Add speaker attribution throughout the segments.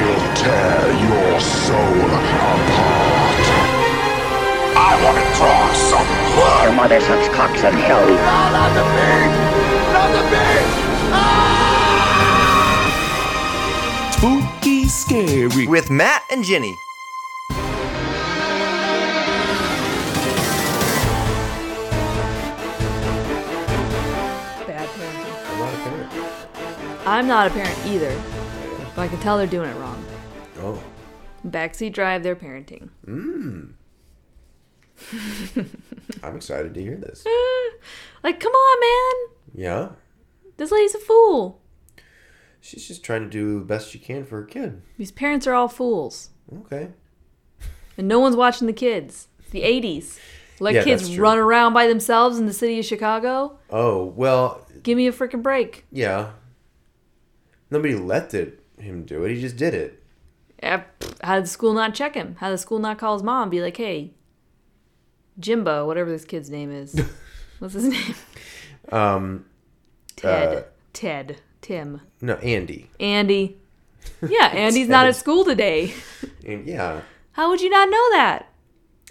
Speaker 1: tear your soul apart. I want to draw some blood.
Speaker 2: Your mother's such cocks in hell.
Speaker 1: No, not the beast! Not the beast!
Speaker 3: Spooky, scary.
Speaker 4: with Matt and Ginny.
Speaker 5: bad parenting. I'm not a parent either, but I can tell they're doing it wrong.
Speaker 6: Oh,
Speaker 5: Backseat drive their parenting.
Speaker 6: I'm excited to hear this.
Speaker 5: Like, come on,
Speaker 6: Yeah,
Speaker 5: man. This lady's a fool.
Speaker 6: she's just trying to do the best she can for her kid.
Speaker 5: These parents are all fools,
Speaker 6: Okay.
Speaker 5: and no one's watching the kids. It's the 80s. Let
Speaker 6: Yeah, that's
Speaker 5: kids
Speaker 6: true.
Speaker 5: run around by themselves in the city of Chicago.
Speaker 6: Oh well,
Speaker 5: Give me a freaking break.
Speaker 6: yeah. Nobody let it, him do it. He just did it.
Speaker 5: Eh, pfft, How did the school not check him? How did the school not call his mom and be like, hey, Jimbo, whatever this kid's name is. What's his name?
Speaker 6: Um,
Speaker 5: Ted.
Speaker 6: Uh,
Speaker 5: Ted. Tim.
Speaker 6: no, Andy.
Speaker 5: Andy. Yeah, Andy's not at school today.
Speaker 6: And yeah,
Speaker 5: How would you not know that?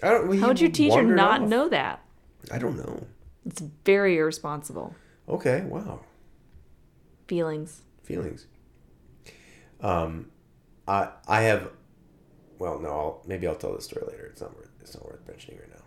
Speaker 6: I don't. he
Speaker 5: How would your teacher
Speaker 6: wandered
Speaker 5: not
Speaker 6: off.
Speaker 5: know that?
Speaker 6: I don't know.
Speaker 5: It's very irresponsible.
Speaker 6: Okay. Wow.
Speaker 5: Feelings.
Speaker 6: Feelings. Um, I I have. Well, no. I'll, maybe I'll tell this story later. It's not worth. It's not worth mentioning right now.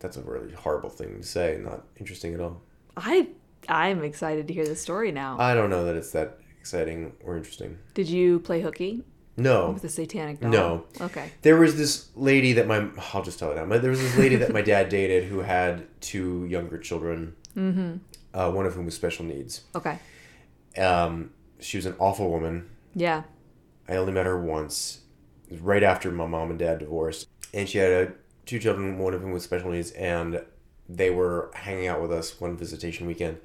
Speaker 6: That's a really horrible thing to say. Not interesting at all.
Speaker 5: I I'm excited to hear this story now.
Speaker 6: I don't know that it's that exciting or interesting.
Speaker 5: Did you play hooky
Speaker 6: No.
Speaker 5: with the satanic doll?
Speaker 6: No.
Speaker 5: Okay.
Speaker 6: There was this lady that my I'll just tell it now. My- There was this lady that my dad dated who had two younger children, mm-hmm. uh, one of whom was special needs.
Speaker 5: Okay.
Speaker 6: Um, she was an awful woman.
Speaker 5: Yeah.
Speaker 6: I only met her once, It was right after my mom and dad divorced, and she had uh two children, one of whom with special needs, and they were hanging out with us one visitation weekend,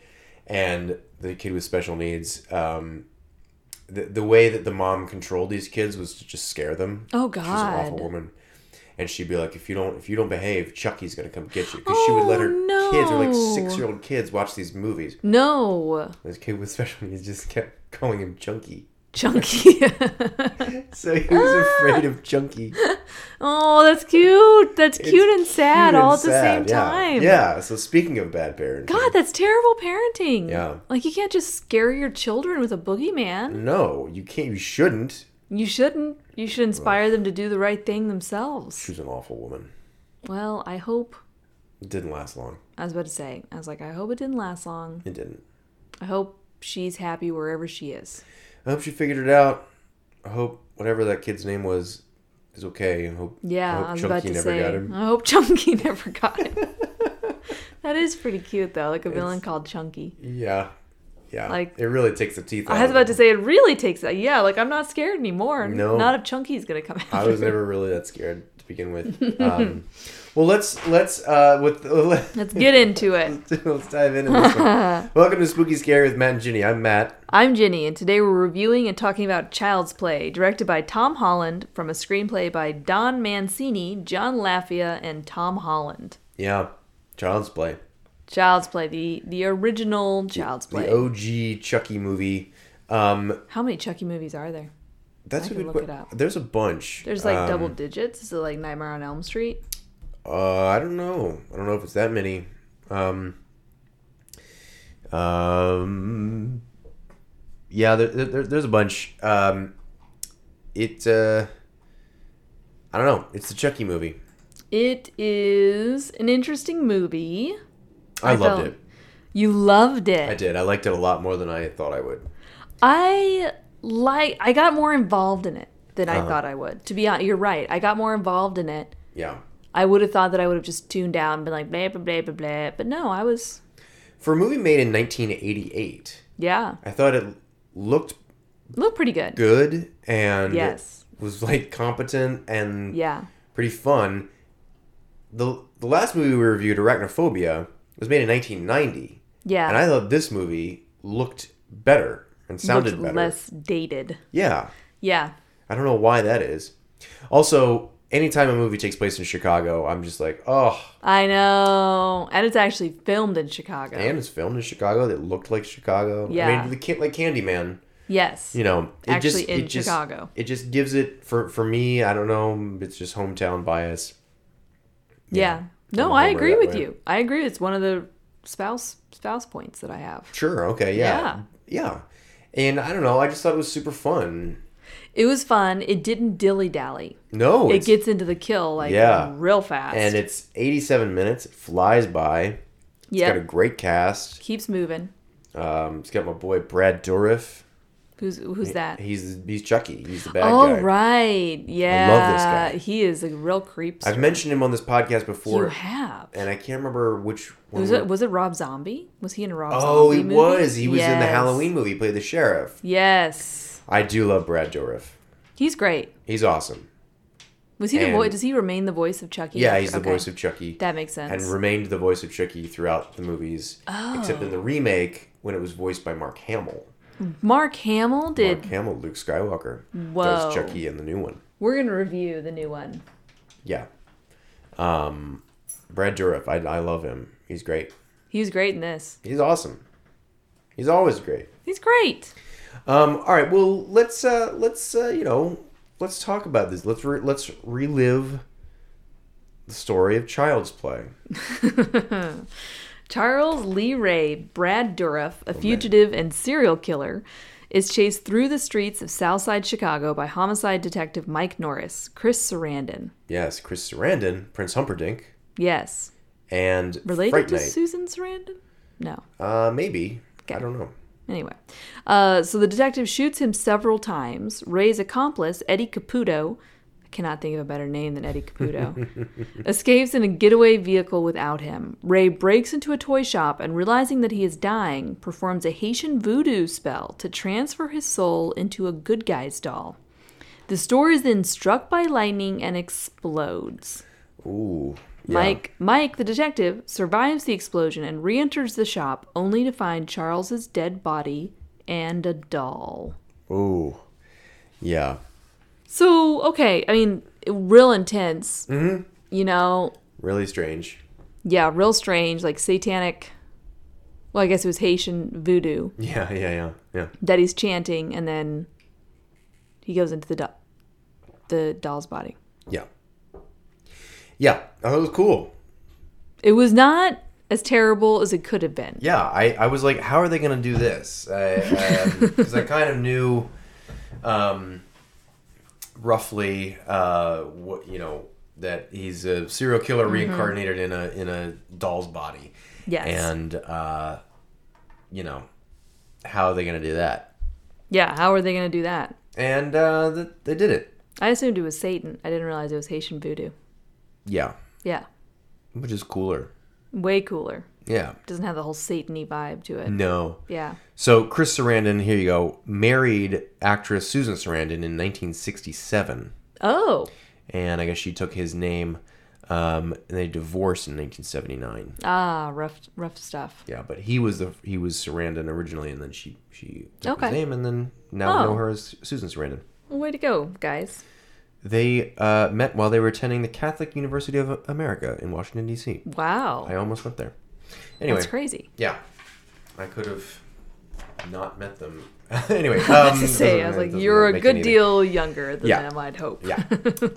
Speaker 6: and the kid with special needs. Um, the, the way that the mom controlled these kids was to just scare them.
Speaker 5: Oh
Speaker 6: She was an
Speaker 5: God.
Speaker 6: awful woman, and she'd be like, "If you don't, if you don't behave, Chucky's gonna come get you." Because she would let her
Speaker 5: Oh,
Speaker 6: kids, or like
Speaker 5: no.
Speaker 6: six year old kids, watch these movies.
Speaker 5: No.
Speaker 6: This kid with special needs just kept calling him Chunky.
Speaker 5: Chunky.
Speaker 6: So he was afraid of Chunky.
Speaker 5: oh, that's cute. That's
Speaker 6: It's
Speaker 5: cute and sad
Speaker 6: cute
Speaker 5: all
Speaker 6: and
Speaker 5: at the
Speaker 6: sad,
Speaker 5: same
Speaker 6: yeah.
Speaker 5: time.
Speaker 6: Yeah. So speaking of bad parenting,
Speaker 5: God, that's terrible parenting.
Speaker 6: Yeah.
Speaker 5: Like you can't just scare your children with a boogeyman.
Speaker 6: no, you can't. You shouldn't.
Speaker 5: You shouldn't. You should inspire them to do the right thing themselves.
Speaker 6: She was an awful woman.
Speaker 5: Well, I hope.
Speaker 6: It didn't last long.
Speaker 5: I was about to say, I was like, I hope it didn't last long.
Speaker 6: It didn't.
Speaker 5: I hope she's happy wherever she is.
Speaker 6: I hope she figured it out. I hope whatever that kid's name was is okay. I hope.
Speaker 5: Yeah,
Speaker 6: I
Speaker 5: I,
Speaker 6: hope
Speaker 5: was
Speaker 6: Chunky
Speaker 5: about to
Speaker 6: never
Speaker 5: say.
Speaker 6: got him.
Speaker 5: I hope Chunky never got him. that is pretty cute though, like a villain called Chunky.
Speaker 6: Yeah. Yeah.
Speaker 5: Like-
Speaker 6: it really takes the teeth. Out
Speaker 5: I was
Speaker 6: of
Speaker 5: about to
Speaker 6: them.
Speaker 5: say it really takes that. Yeah, like I'm not scared anymore.
Speaker 6: No.
Speaker 5: Not if Chunky's gonna come out.
Speaker 6: I was never really that scared to begin with. Um, well, let's let's uh, with
Speaker 5: Let's get into it.
Speaker 6: let's dive into this one. Welcome to Spooky Scary with Matt and Ginny. I'm Matt.
Speaker 5: I'm Ginny, and today we're reviewing and talking about Child's Play, directed by Tom Holland, from a screenplay by Don Mancini, John Lafia, and Tom Holland.
Speaker 6: Yeah, Child's Play.
Speaker 5: Child's Play, the the original Child's Play.
Speaker 6: The OG Chucky movie. Um,
Speaker 5: How many Chucky movies are there?
Speaker 6: that's
Speaker 5: I
Speaker 6: a
Speaker 5: can
Speaker 6: good
Speaker 5: look
Speaker 6: que-
Speaker 5: it up.
Speaker 6: There's a bunch.
Speaker 5: There's like
Speaker 6: Um,
Speaker 5: double digits. Is it like Nightmare on Elm Street?
Speaker 6: Uh, I don't know. I don't know if it's that many. Um, um, yeah, there, there, there's a bunch. Um, it. Uh, I don't know. It's the Chucky movie.
Speaker 5: It is an interesting movie.
Speaker 6: I,
Speaker 5: I
Speaker 6: loved
Speaker 5: felt-
Speaker 6: it.
Speaker 5: You loved it.
Speaker 6: I did. I liked it a lot more than I thought I would.
Speaker 5: I like. I got more involved in it than I thought I would. To be honest, you're right. I got more involved in it.
Speaker 6: Yeah.
Speaker 5: I would have thought that I would have just tuned out and been like blah blah blah blah blah. But no, I was
Speaker 6: For a movie made in 1988,
Speaker 5: yeah,
Speaker 6: I thought it looked
Speaker 5: looked pretty good.
Speaker 6: good and
Speaker 5: Yes.
Speaker 6: was like competent and
Speaker 5: Yeah,
Speaker 6: pretty fun. The the last movie we reviewed, Arachnophobia, was made in 1990,
Speaker 5: yeah.
Speaker 6: and I thought this movie looked better and sounded
Speaker 5: looked
Speaker 6: better.
Speaker 5: less dated.
Speaker 6: Yeah,
Speaker 5: Yeah,
Speaker 6: I don't know why that is. Also, anytime a movie takes place in Chicago, I'm just like, oh.
Speaker 5: I know. And it's actually filmed in Chicago.
Speaker 6: And it's filmed in Chicago. They looked like Chicago. I
Speaker 5: Yeah.
Speaker 6: mean, the kid like Candyman.
Speaker 5: Yes.
Speaker 6: you know it
Speaker 5: Actually
Speaker 6: just,
Speaker 5: in
Speaker 6: it just,
Speaker 5: Chicago.
Speaker 6: it just gives it for for me i don't know it's just hometown bias
Speaker 5: yeah. No,
Speaker 6: I'm a
Speaker 5: I
Speaker 6: homer
Speaker 5: agree
Speaker 6: that
Speaker 5: with
Speaker 6: way.
Speaker 5: you. I agree. It's one of the spouse spouse points that I have.
Speaker 6: sure okay yeah yeah, and i don't know i just thought it was super fun
Speaker 5: It was fun. It didn't dilly dally.
Speaker 6: no
Speaker 5: It
Speaker 6: it's-
Speaker 5: gets into the kill like
Speaker 6: Yeah.
Speaker 5: real fast.
Speaker 6: and it's 87 minutes it flies by It's
Speaker 5: yep.
Speaker 6: got a great cast
Speaker 5: keeps moving.
Speaker 6: um it's got my boy brad dourif
Speaker 5: Who's who's that?
Speaker 6: he's he's chucky he's the bad
Speaker 5: Oh
Speaker 6: guy
Speaker 5: right, yeah.
Speaker 6: this guy.
Speaker 5: He is a real creep.
Speaker 6: i've mentioned him on this podcast before
Speaker 5: You have.
Speaker 6: and i can't remember which one
Speaker 5: Was
Speaker 6: we-
Speaker 5: it was it Rob Zombie? Was he in a Rob
Speaker 6: oh
Speaker 5: Zombie
Speaker 6: he
Speaker 5: movie?
Speaker 6: was he was in the
Speaker 5: Yes.
Speaker 6: halloween movie he played the sheriff
Speaker 5: Yes,
Speaker 6: i do love brad dourif
Speaker 5: he's great.
Speaker 6: he's awesome
Speaker 5: Was he the
Speaker 6: And-
Speaker 5: voice? Does he remain the voice of Chucky?
Speaker 6: Yeah,
Speaker 5: after-
Speaker 6: he's the
Speaker 5: okay.
Speaker 6: voice of Chucky.
Speaker 5: That makes sense.
Speaker 6: and remained the voice of Chucky throughout the movies, except in
Speaker 5: Oh.
Speaker 6: the remake when it was voiced by Mark Hamill.
Speaker 5: Mark Hamill did.
Speaker 6: Mark Hamill, Luke Skywalker,
Speaker 5: Whoa.
Speaker 6: does Chucky in the new one.
Speaker 5: We're gonna review the new one.
Speaker 6: Yeah, um, Brad Dourif, I, I love him. He's great.
Speaker 5: He was great in this.
Speaker 6: He's awesome. He's always great.
Speaker 5: He's great.
Speaker 6: Um, all right, well let's uh, let's uh, you know let's talk about this. Let's re- let's relive the story of Child's Play.
Speaker 5: Charles Lee Ray, Brad Dourif,
Speaker 6: Oh,
Speaker 5: a fugitive and serial killer, is chased through the streets of Southside Chicago by homicide detective Mike Norris, Chris Sarandon.
Speaker 6: Yes, Chris Sarandon, Prince Humperdinck,
Speaker 5: Yes,
Speaker 6: and
Speaker 5: related
Speaker 6: Fright
Speaker 5: to
Speaker 6: Night.
Speaker 5: Susan Sarandon? No.
Speaker 6: Uh, maybe. I
Speaker 5: Okay.
Speaker 6: don't know.
Speaker 5: Anyway, uh, so the detective shoots him several times. Ray's accomplice, Eddie Caputo, I cannot think of a better name than Eddie Caputo, escapes in a getaway vehicle without him. Ray breaks into a toy shop and, realizing that he is dying, performs a Haitian voodoo spell to transfer his soul into a good guy's doll. The store is then struck by lightning and explodes.
Speaker 6: Ooh. yeah.
Speaker 5: Mike, Mike, the detective, survives the explosion and re-enters the shop, only to find Charles's dead body and a doll.
Speaker 6: Ooh. Yeah.
Speaker 5: So, okay, I mean, real intense. Mm-hmm. You know,
Speaker 6: Really strange.
Speaker 5: yeah, real strange, like satanic. Well, I guess it was Haitian voodoo
Speaker 6: Yeah, yeah, yeah. Yeah.
Speaker 5: that he's chanting, and then he goes into the doll, the doll's body.
Speaker 6: Yeah. Yeah. Oh, it was cool.
Speaker 5: It was not as terrible as it could have been.
Speaker 6: Yeah. I, I was like, how are they going to do this? Because I kind of knew um, roughly, uh, what you know, that he's a serial killer
Speaker 5: Mm-hmm.
Speaker 6: reincarnated in a in a doll's body.
Speaker 5: Yes.
Speaker 6: And, uh, you know, how are they going to do that?
Speaker 5: Yeah, how are they going to do that?
Speaker 6: and uh, th- they did it.
Speaker 5: I assumed it was Satan. I didn't realize it was Haitian voodoo.
Speaker 6: Yeah,
Speaker 5: Yeah.
Speaker 6: which is cooler.
Speaker 5: Way cooler.
Speaker 6: Yeah.
Speaker 5: Doesn't have the whole Satan y vibe to it.
Speaker 6: No.
Speaker 5: Yeah.
Speaker 6: So Chris Sarandon, here you go, married actress Susan Sarandon in 1967,
Speaker 5: Oh.
Speaker 6: and I guess she took his name. Um, and they divorced in 1979.
Speaker 5: Ah, rough rough stuff.
Speaker 6: Yeah, but he was the he was Sarandon originally, and then she she took
Speaker 5: Okay.
Speaker 6: his name, and then now
Speaker 5: Oh.
Speaker 6: know her as Susan Sarandon.
Speaker 5: Way to go, guys.
Speaker 6: They uh, met while they were attending the Catholic University of America in Washington D.C.
Speaker 5: Wow.
Speaker 6: I almost went there. Anyway,
Speaker 5: That's crazy.
Speaker 6: Yeah, I could have not met them. anyway, um,
Speaker 5: To say, I was
Speaker 6: doesn't-
Speaker 5: like,
Speaker 6: doesn't
Speaker 5: you're a
Speaker 6: make
Speaker 5: good
Speaker 6: any-
Speaker 5: deal younger than
Speaker 6: Yeah.
Speaker 5: them, I'd hope.
Speaker 6: Yeah.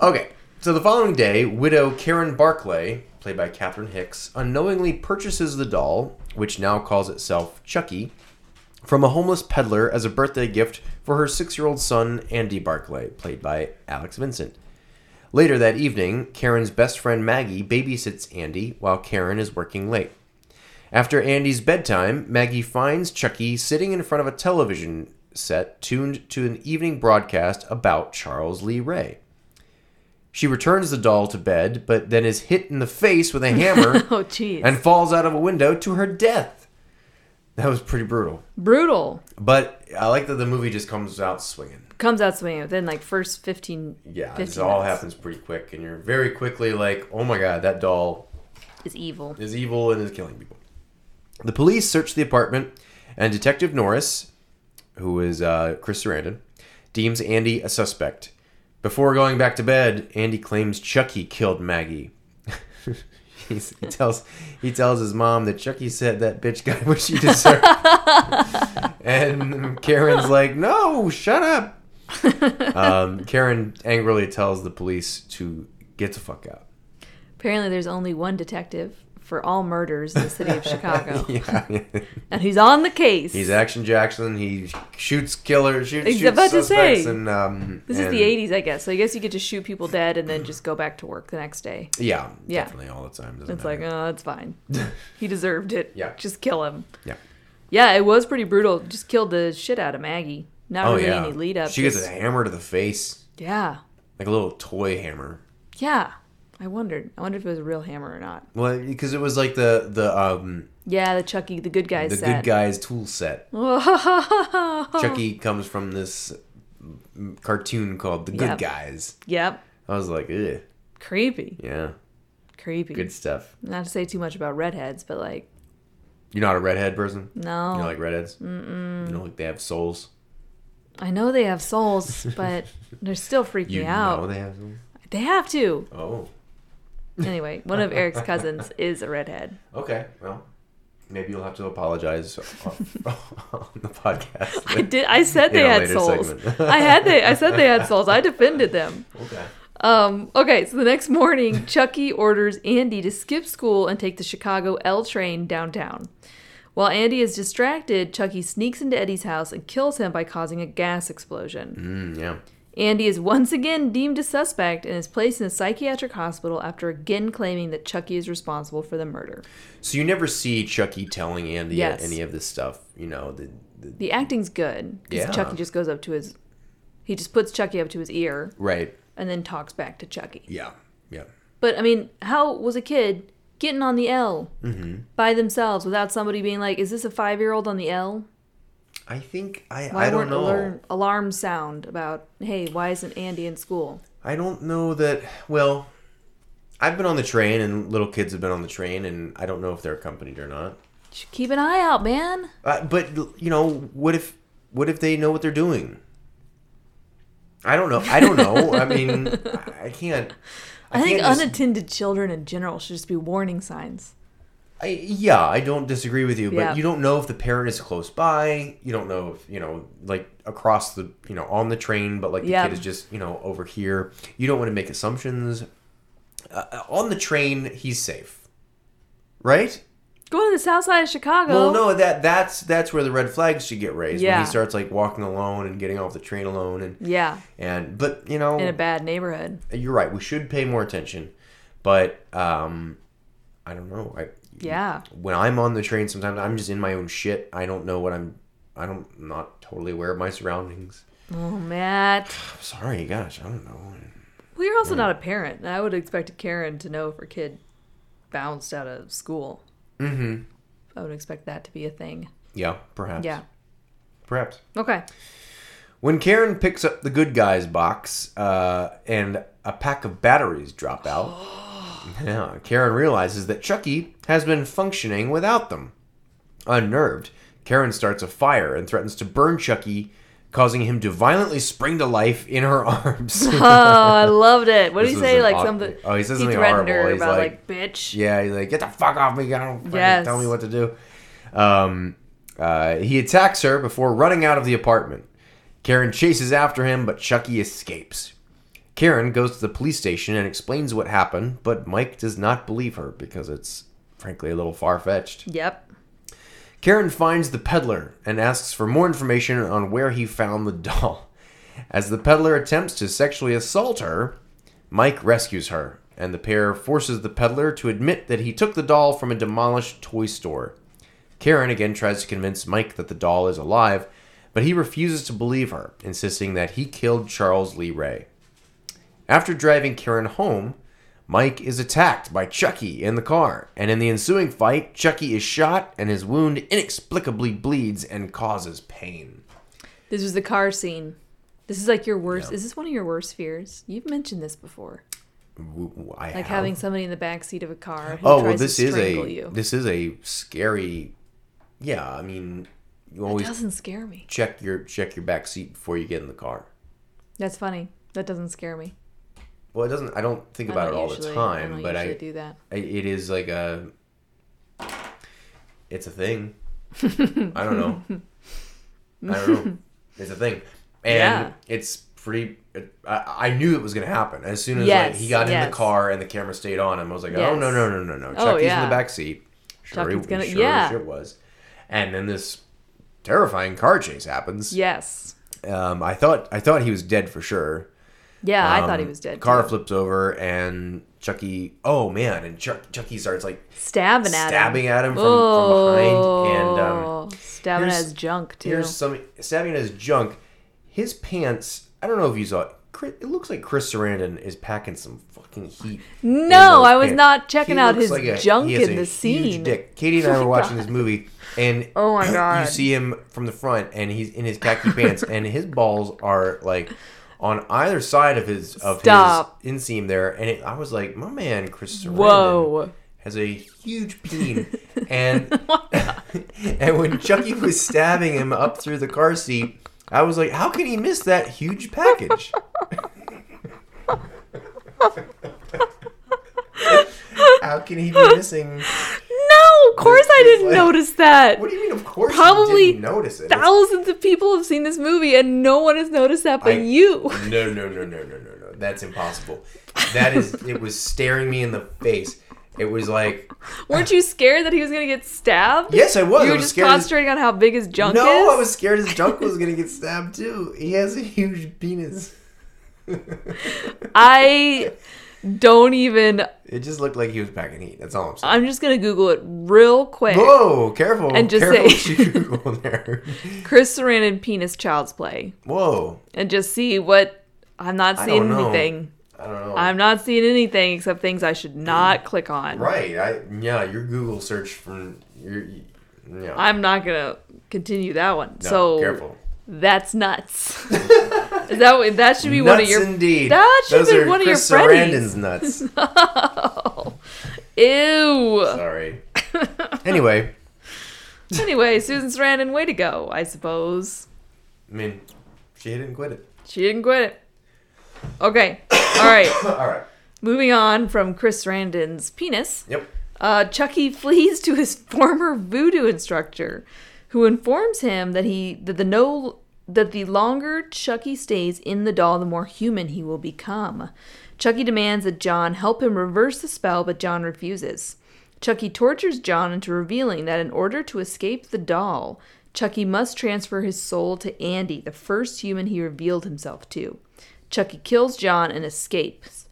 Speaker 6: Okay. So the following day, widow Karen Barclay, played by Katherine Hicks, unknowingly purchases the doll, which now calls itself Chucky, from a homeless peddler as a birthday gift for her six-year-old son Andy Barclay, played by Alex Vincent. Later that evening, Karen's best friend Maggie babysits Andy while Karen is working late. After Andy's bedtime, Maggie finds Chucky sitting in front of a television set tuned to an evening broadcast about Charles Lee Ray. She returns the doll to bed, but then is hit in the face with a hammer
Speaker 5: Oh, jeez.
Speaker 6: and falls out of a window to her death. That was pretty brutal.
Speaker 5: Brutal.
Speaker 6: But I like that the movie just comes out swinging.
Speaker 5: Comes out swinging within like first 15
Speaker 6: Yeah,
Speaker 5: 15
Speaker 6: it all
Speaker 5: minutes.
Speaker 6: happens pretty quick, and you're very quickly like, oh my god, that doll
Speaker 5: Is evil.
Speaker 6: is evil and is killing people. The police search the apartment, and Detective Norris, who is uh, Chris Sarandon, deems Andy a suspect. Before going back to bed, Andy claims Chucky killed Maggie. He's, he tells he tells his mom that Chucky said that bitch got what she deserved, And Karen's like, no, shut up. um, Karen angrily tells the police to get the fuck out.
Speaker 5: Apparently, there's only one detective for all murders in the city of Chicago,
Speaker 6: Yeah.
Speaker 5: and he's on the case.
Speaker 6: He's Action Jackson. He shoots killers, shoots,
Speaker 5: He's
Speaker 6: shoots
Speaker 5: about to
Speaker 6: suspects.
Speaker 5: say.
Speaker 6: And, um,
Speaker 5: This is
Speaker 6: and-
Speaker 5: the 80s, I guess. So I guess you get to shoot people dead and then just go back to work the next day.
Speaker 6: Yeah,
Speaker 5: Yeah.
Speaker 6: definitely all the time. doesn't
Speaker 5: It's like,
Speaker 6: matter.
Speaker 5: oh, it's fine. he deserved it.
Speaker 6: Yeah.
Speaker 5: Just kill him.
Speaker 6: yeah.
Speaker 5: Yeah, it was pretty brutal. Just killed the shit out of Maggie. Not
Speaker 6: Oh
Speaker 5: really
Speaker 6: yeah.
Speaker 5: any lead up.
Speaker 6: she gets
Speaker 5: just-
Speaker 6: a hammer to the face,
Speaker 5: Yeah.
Speaker 6: like a little toy hammer.
Speaker 5: Yeah. I wondered. I wondered if it was a real hammer or not.
Speaker 6: Well, because it was like the the um
Speaker 5: Yeah, the Chucky, the good guy
Speaker 6: the
Speaker 5: set.
Speaker 6: good guys tool set. Chucky comes from this cartoon called The Good
Speaker 5: Yep.
Speaker 6: Guys.
Speaker 5: Yep.
Speaker 6: I was like, Ugh,
Speaker 5: Creepy.
Speaker 6: yeah,
Speaker 5: Creepy.
Speaker 6: good stuff.
Speaker 5: Not to say too much about redheads, but like,
Speaker 6: You're not a redhead person.
Speaker 5: no.
Speaker 6: You don't like redheads. Mm-mm. You don't like they have souls.
Speaker 5: I know they have souls, but they're still freaking
Speaker 6: You
Speaker 5: me
Speaker 6: know
Speaker 5: out.
Speaker 6: they have souls.
Speaker 5: They have to.
Speaker 6: Oh,
Speaker 5: Anyway, one of Eric's cousins is a redhead.
Speaker 6: okay. Well, maybe you'll have to apologize on, on the podcast.
Speaker 5: I did. I said they
Speaker 6: a
Speaker 5: had
Speaker 6: later
Speaker 5: souls.
Speaker 6: segment.
Speaker 5: I had they. I said they had souls. I defended them.
Speaker 6: Okay.
Speaker 5: Um, okay, so the next morning, Chucky orders Andy to skip school and take the Chicago L train downtown. While Andy is distracted, Chucky sneaks into Eddie's house and kills him by causing a gas explosion.
Speaker 6: Mm, yeah.
Speaker 5: Andy is once again deemed a suspect and is placed in a psychiatric hospital after again claiming that Chucky is responsible for the murder.
Speaker 6: So you never see Chucky telling Andy
Speaker 5: Yes.
Speaker 6: any of this stuff. You know the, the
Speaker 5: The acting's good because
Speaker 6: Yeah.
Speaker 5: Chucky just goes up to his, he just puts Chucky up to his ear
Speaker 6: right.
Speaker 5: and then talks back to Chucky.
Speaker 6: Yeah. Yeah.
Speaker 5: But I mean, how was a kid getting on the L
Speaker 6: Mm-hmm.
Speaker 5: by themselves without somebody being like, "Is this a five-year-old on the L?"
Speaker 6: I think I
Speaker 5: Why
Speaker 6: I don't
Speaker 5: weren't
Speaker 6: know.
Speaker 5: alarm, alarm sound about, "Hey, why isn't Andy in school?"
Speaker 6: I don't know that. Well, I've been on the train, and little kids have been on the train, and I don't know if they're accompanied or not.
Speaker 5: You should keep an eye out, man.
Speaker 6: Uh, but you know, what if what if they know what they're doing? I don't know. I don't know. I mean, I- I can't.
Speaker 5: I,
Speaker 6: can't
Speaker 5: think
Speaker 6: just-
Speaker 5: unattended children in general should just be warning signs.
Speaker 6: I, yeah, I don't disagree with you, but
Speaker 5: Yeah.
Speaker 6: you don't know if the parent is close by. You don't know if you know, like across the, you know, on the train, but like the
Speaker 5: Yeah.
Speaker 6: kid is just you know over here. You don't want to make assumptions. Uh, on the train, he's safe, right?
Speaker 5: Go to the south side of Chicago.
Speaker 6: Well, no, that that's that's where the red flags should get raised when
Speaker 5: Yeah.
Speaker 6: he starts like walking alone and getting off the train alone and
Speaker 5: Yeah,
Speaker 6: and but you know
Speaker 5: in a bad neighborhood.
Speaker 6: you're right. We should pay more attention, but um, I don't know. I
Speaker 5: Yeah,
Speaker 6: when I'm on the train, sometimes I'm just in my own shit. I don't know what I'm. I don't I'm not totally aware of my surroundings.
Speaker 5: oh, Matt.
Speaker 6: I'm sorry, gosh, I don't know.
Speaker 5: Well, you're
Speaker 6: Mm.
Speaker 5: also not a parent. and I would expect Karen to know if her kid bounced out of school. Mm-hmm. I would expect that to be a thing.
Speaker 6: Yeah, perhaps.
Speaker 5: Yeah.
Speaker 6: perhaps.
Speaker 5: Okay.
Speaker 6: When Karen picks up the good guys box uh, and a pack of batteries drop out, yeah, Karen realizes that Chucky has been functioning without them. Unnerved, Karen starts a fire and threatens to burn Chucky, causing him to violently spring to life in her arms.
Speaker 5: Oh, I loved it. What did
Speaker 6: This
Speaker 5: he
Speaker 6: was
Speaker 5: say?
Speaker 6: an
Speaker 5: Like
Speaker 6: aw-
Speaker 5: something.
Speaker 6: oh, he says something
Speaker 5: threatened
Speaker 6: horrible.
Speaker 5: her
Speaker 6: He's
Speaker 5: about
Speaker 6: like-
Speaker 5: like, bitch.
Speaker 6: Yeah, he's like, get the fuck off me! I don't fucking
Speaker 5: Yes.
Speaker 6: tell me what to do. Um, uh, he attacks her before running out of the apartment. Karen chases after him, but Chucky escapes. Karen goes to the police station and explains what happened, but Mike does not believe her because it's frankly a little far fetched.
Speaker 5: Yep.
Speaker 6: Karen finds the peddler and asks for more information on where he found the doll. As the peddler attempts to sexually assault her, Mike rescues her, and the pair forces the peddler to admit that he took the doll from a demolished toy store. Karen again tries to convince Mike that the doll is alive, but he refuses to believe her, insisting that he killed Charles Lee Ray. After driving Karen home, Mike is attacked by Chucky in the car, and in the ensuing fight, Chucky is shot and his wound inexplicably bleeds and causes pain.
Speaker 5: This was the car scene. This is like your worst. Is this one of your worst fears? You've mentioned this before.
Speaker 6: W- w- I
Speaker 5: Like
Speaker 6: have-
Speaker 5: having somebody in the back seat of a car who
Speaker 6: Oh well,
Speaker 5: tries
Speaker 6: this
Speaker 5: to
Speaker 6: is
Speaker 5: strangle
Speaker 6: a
Speaker 5: you.
Speaker 6: this is a scary. Yeah, I mean, you
Speaker 5: It
Speaker 6: always
Speaker 5: doesn't scare me.
Speaker 6: check your check your back seat before you get in the car.
Speaker 5: That's funny. That doesn't scare me.
Speaker 6: Well, it doesn't. I don't think
Speaker 5: I
Speaker 6: about
Speaker 5: don't
Speaker 6: it all
Speaker 5: usually,
Speaker 6: the
Speaker 5: I
Speaker 6: time,
Speaker 5: don't
Speaker 6: but I,
Speaker 5: usually do that.
Speaker 6: I it is like a. It's a thing. I don't know. I don't know. it's a thing, and
Speaker 5: Yeah.
Speaker 6: it's pretty. It, I, I knew it was gonna happen as soon as like,
Speaker 5: Yes,
Speaker 6: he got in
Speaker 5: yes.
Speaker 6: the car and the camera stayed on him. I was like, oh no
Speaker 5: Yes.
Speaker 6: no no no no, Chucky's
Speaker 5: Oh,
Speaker 6: in
Speaker 5: yeah.
Speaker 6: the back seat. Sure,
Speaker 5: Chucky's
Speaker 6: he,
Speaker 5: gonna-
Speaker 6: sure
Speaker 5: yeah.
Speaker 6: as shit was, and then this terrifying car chase happens.
Speaker 5: Yes.
Speaker 6: Um, I thought I thought he was dead for sure.
Speaker 5: Yeah, I
Speaker 6: Um,
Speaker 5: thought he was dead.
Speaker 6: Car
Speaker 5: too.
Speaker 6: flips over and Chucky. Oh man! And Chuck, Chucky starts like
Speaker 5: stabbing at
Speaker 6: stabbing
Speaker 5: him.
Speaker 6: at him from, from behind, and um,
Speaker 5: Oh, stabbing at
Speaker 6: here's-
Speaker 5: his junk too.
Speaker 6: here's some stabbing at his junk. His pants. I don't know if you saw. it. Chris- It looks like Chris Sarandon is packing some fucking heat. in
Speaker 5: No,
Speaker 6: those
Speaker 5: I was
Speaker 6: pants.
Speaker 5: not checking
Speaker 6: He
Speaker 5: out
Speaker 6: looks
Speaker 5: his
Speaker 6: like a-
Speaker 5: junk
Speaker 6: he has
Speaker 5: in
Speaker 6: a
Speaker 5: the
Speaker 6: huge
Speaker 5: scene.
Speaker 6: dick. Katie and I were watching this movie, and
Speaker 5: Oh my
Speaker 6: you
Speaker 5: God.
Speaker 6: see him from the front, and he's in his khaki pants, and his balls are like on either side of his of
Speaker 5: Stop.
Speaker 6: his inseam there, and it, I was like, my man, Chris Sarandon
Speaker 5: Whoa.
Speaker 6: has a huge peen, and and when Chucky was stabbing him up through the car seat, I was like, how can he miss that huge package? how can he be missing?
Speaker 5: No, of course I didn't
Speaker 6: like-
Speaker 5: notice that.
Speaker 6: What do you mean? Of course,
Speaker 5: Probably
Speaker 6: you didn't notice it. It's-
Speaker 5: Thousands of people have seen this movie and no one has noticed that but
Speaker 6: I-
Speaker 5: you.
Speaker 6: No, no, no, no, no, no, no. That's impossible. That is. It was staring me in the face. It was like,
Speaker 5: Weren't you scared that he was going to get stabbed?
Speaker 6: yes, I was.
Speaker 5: You
Speaker 6: I
Speaker 5: were
Speaker 6: was
Speaker 5: just
Speaker 6: scared as-
Speaker 5: concentrating on how big his junk
Speaker 6: no,
Speaker 5: is?
Speaker 6: I was scared his junk was gonna get stabbed too. He has a huge penis.
Speaker 5: I don't even.
Speaker 6: It just looked like he was packing heat. That's all I'm saying.
Speaker 5: I'm just going to Google it real quick.
Speaker 6: Whoa, careful!
Speaker 5: And just
Speaker 6: careful
Speaker 5: say-
Speaker 6: what you Google there.
Speaker 5: Chris Sarandon penis child's play
Speaker 6: Whoa,
Speaker 5: and just see what. I'm not
Speaker 6: I don't
Speaker 5: seeing
Speaker 6: know.
Speaker 5: anything.
Speaker 6: I don't know.
Speaker 5: I'm not seeing anything except things I should not click on.
Speaker 6: right. I yeah, your Google search from your yeah.
Speaker 5: I'm not gonna continue that one.
Speaker 6: No,
Speaker 5: so
Speaker 6: careful.
Speaker 5: that's nuts. Is that what- that should be
Speaker 6: nuts
Speaker 5: one of your
Speaker 6: indeed.
Speaker 5: that should
Speaker 6: Those
Speaker 5: be
Speaker 6: are
Speaker 5: one of your
Speaker 6: Chris
Speaker 5: Freddy's.
Speaker 6: Sarandon's nuts.
Speaker 5: Ew.
Speaker 6: Sorry. Anyway,
Speaker 5: Anyway, Susan Sarandon, way to go, I suppose.
Speaker 6: I mean, she didn't quit it.
Speaker 5: She didn't quit it. Okay. All right.
Speaker 6: All right.
Speaker 5: Moving on from Chris Sarandon's penis.
Speaker 6: Yep.
Speaker 5: Uh, Chucky flees to his former voodoo instructor, who informs him that he that the no that the longer Chucky stays in the doll, the more human he will become. Chucky demands that John help him reverse the spell, but John refuses. Chucky tortures John into revealing that in order to escape the doll, Chucky must transfer his soul to Andy, the first human he revealed himself to. Chucky kills John and escapes.